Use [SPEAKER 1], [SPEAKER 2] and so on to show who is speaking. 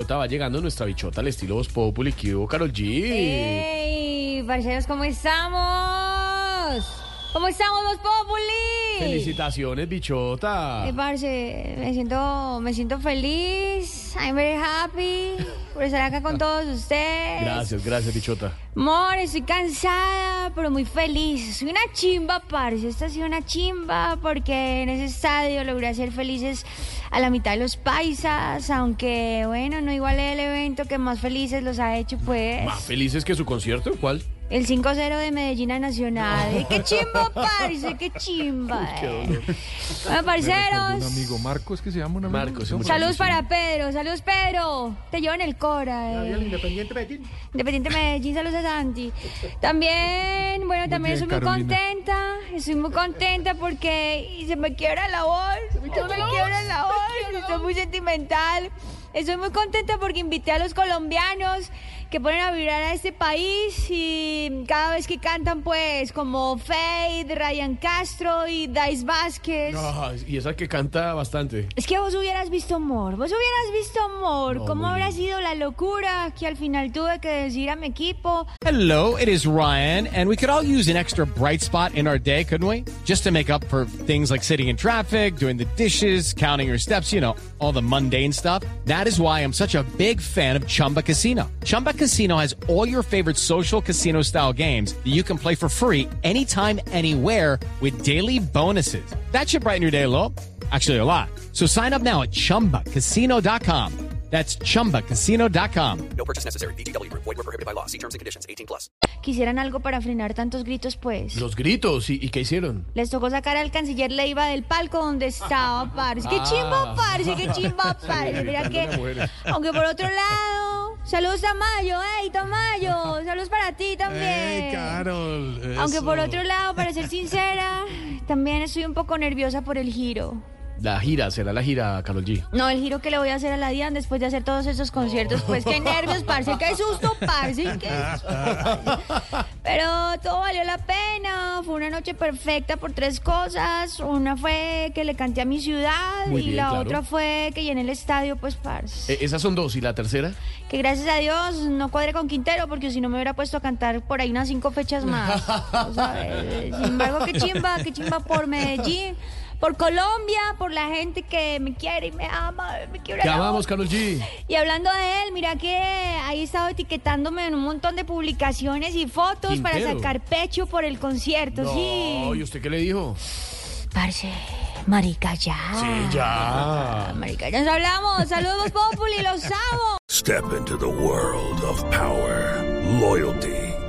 [SPEAKER 1] Estaba llegando nuestra bichota al estilo Voz Populi. ¿Qué hubo, Karol G?
[SPEAKER 2] ¡Ey! Parceros, ¿cómo estamos? ¿Cómo estamos, los Populi?
[SPEAKER 1] Felicitaciones, bichota.
[SPEAKER 2] Eh, parce, me siento, me siento feliz. I'm very happy por estar acá con todos ustedes.
[SPEAKER 1] Gracias, gracias, bichota.
[SPEAKER 2] Amor, estoy cansada, pero muy feliz. Soy una chimba, parce. Esta ha sido una chimba porque en ese estadio logré hacer felices a la mitad de los paisas, aunque, bueno, no igualé el evento que más felices los ha hecho, pues.
[SPEAKER 1] ¿Más felices que su concierto? ¿Cuál?
[SPEAKER 2] El 5-0 de Medellín a Nacional. Ay, ¡Qué chimba, parce! ¡Qué chimba! eh. Bueno,
[SPEAKER 3] Un
[SPEAKER 2] parceros.
[SPEAKER 3] amigo, Marco, es que se llama un amigo.
[SPEAKER 1] Marcos, un
[SPEAKER 2] Saludos para Pedro. Saludos, Pedro. Te llevan el Cora. eh.
[SPEAKER 3] Independiente Medellín.
[SPEAKER 2] Independiente Medellín, saludos a Santi. También, bueno, también
[SPEAKER 3] bien,
[SPEAKER 2] estoy muy
[SPEAKER 3] Carolina.
[SPEAKER 2] contenta. Estoy muy contenta porque y se me quiebra la voz. Se me quiebra la voz. Estoy muy sentimental. Estoy muy contenta porque invité a los colombianos que ponen a vibrar a este país y cada vez que cantan, pues, como Fade, Ryan Castro y Dice Vázquez.
[SPEAKER 1] Ah, y esa que canta bastante.
[SPEAKER 2] Es que vos hubieras visto amor, vos hubieras visto amor,
[SPEAKER 1] No,
[SPEAKER 2] cómo
[SPEAKER 1] muy
[SPEAKER 2] habrá sido la locura que al final tuve que decir a mi equipo,
[SPEAKER 4] Hello, it is Ryan, and we could all use an extra bright spot in our day, couldn't we? Just to make up for things like sitting in traffic, doing the dishes, counting your steps, you know, all the mundane stuff. That is why I'm such a big fan of Chumba Casino. Chumba Casino has all your favorite social casino style games that you can play for free anytime, anywhere with daily bonuses. That should brighten your day a little. Actually, a lot. So sign up now at chumbacasino.com. That's chumbacasino.com.
[SPEAKER 2] quisieran algo para frenar tantos gritos, pues.
[SPEAKER 1] Los gritos, ¿y, y qué hicieron?
[SPEAKER 2] Les tocó sacar al canciller Leiva del palco donde estaba, parce. ¡Qué chimba, parce! ¡Qué chimba, parce! Mira que, aunque por otro lado, saludos Tamayo, ¡ey, Tamayo! Saludos para ti también.
[SPEAKER 3] ¡Ey, Carol!
[SPEAKER 2] Aunque por
[SPEAKER 3] eso.
[SPEAKER 2] otro lado, para ser sincera, también estoy un poco nerviosa por el giro.
[SPEAKER 1] La gira, será la gira, Karol G.
[SPEAKER 2] No, el giro que le voy a hacer a la Dian después de hacer todos esos conciertos, pues qué nervios, parce, qué susto, parce, qué susto, parce. Pero todo valió la pena, fue una noche perfecta por tres cosas. Una fue que le canté a mi ciudad
[SPEAKER 1] Muy
[SPEAKER 2] y
[SPEAKER 1] bien,
[SPEAKER 2] la
[SPEAKER 1] claro.
[SPEAKER 2] otra fue que llené el estadio, pues, parce.
[SPEAKER 1] Eh, esas son dos, ¿y la tercera?
[SPEAKER 2] Que gracias a Dios no cuadré con Quintero, porque si no me hubiera puesto a cantar por ahí unas cinco fechas más. O sea, eh, sin embargo, qué chimba, qué chimba por Medellín, por Colombia, por la gente que me quiere y me ama, me quiebra
[SPEAKER 1] Te
[SPEAKER 2] la
[SPEAKER 1] amamos,
[SPEAKER 2] boca.
[SPEAKER 1] Karol G.
[SPEAKER 2] Y hablando de él, mira que ahí he estado etiquetándome en un montón de publicaciones y fotos para
[SPEAKER 1] Quintero.
[SPEAKER 2] sacar pecho por el concierto,
[SPEAKER 1] No, ¿y
[SPEAKER 2] sí.
[SPEAKER 1] usted qué le dijo?
[SPEAKER 2] Parce, marica ya.
[SPEAKER 1] ya.
[SPEAKER 2] Marica, ya nos hablamos. Saludos, Populi, los amo.
[SPEAKER 5] Step into the world of power, loyalty,